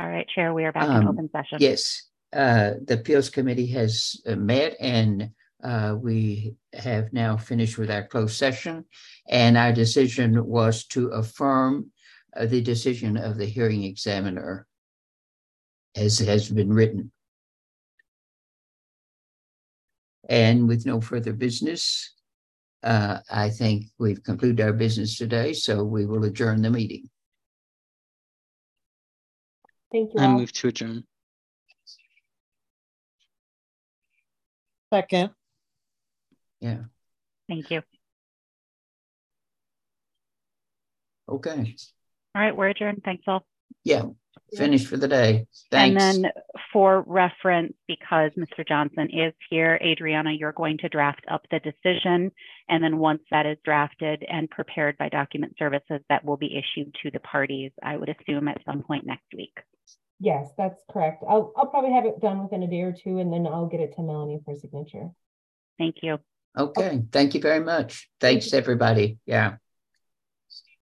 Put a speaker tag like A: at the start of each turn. A: All right, Chair, we are back in
B: Um,
A: open session.
B: Yes, uh, the appeals committee has uh, met and uh, we have now finished with our closed session. And our decision was to affirm uh, the decision of the hearing examiner as it has been written. And with no further business, uh, I think we've concluded our business today, so we will adjourn the meeting.
C: Thank you
D: I
C: all.
D: move to adjourn.
E: Second,
A: Thank you.
B: Okay,
A: All right, we're adjourned. Thanks all.
B: yeah, finished for the day.
A: And
B: Thanks.
A: then for reference, because Mr. Johnson is here, Adriana, you're going to draft up the decision. And then once that is drafted and prepared by document services, that will be issued to the parties, I would assume at some point next week.
C: Yes, that's correct. I'll, I'll probably have it done within a day or two and then I'll get it to Melanie for signature.
A: Thank you.
B: Okay, thank you very much. Thanks, everybody. Yeah.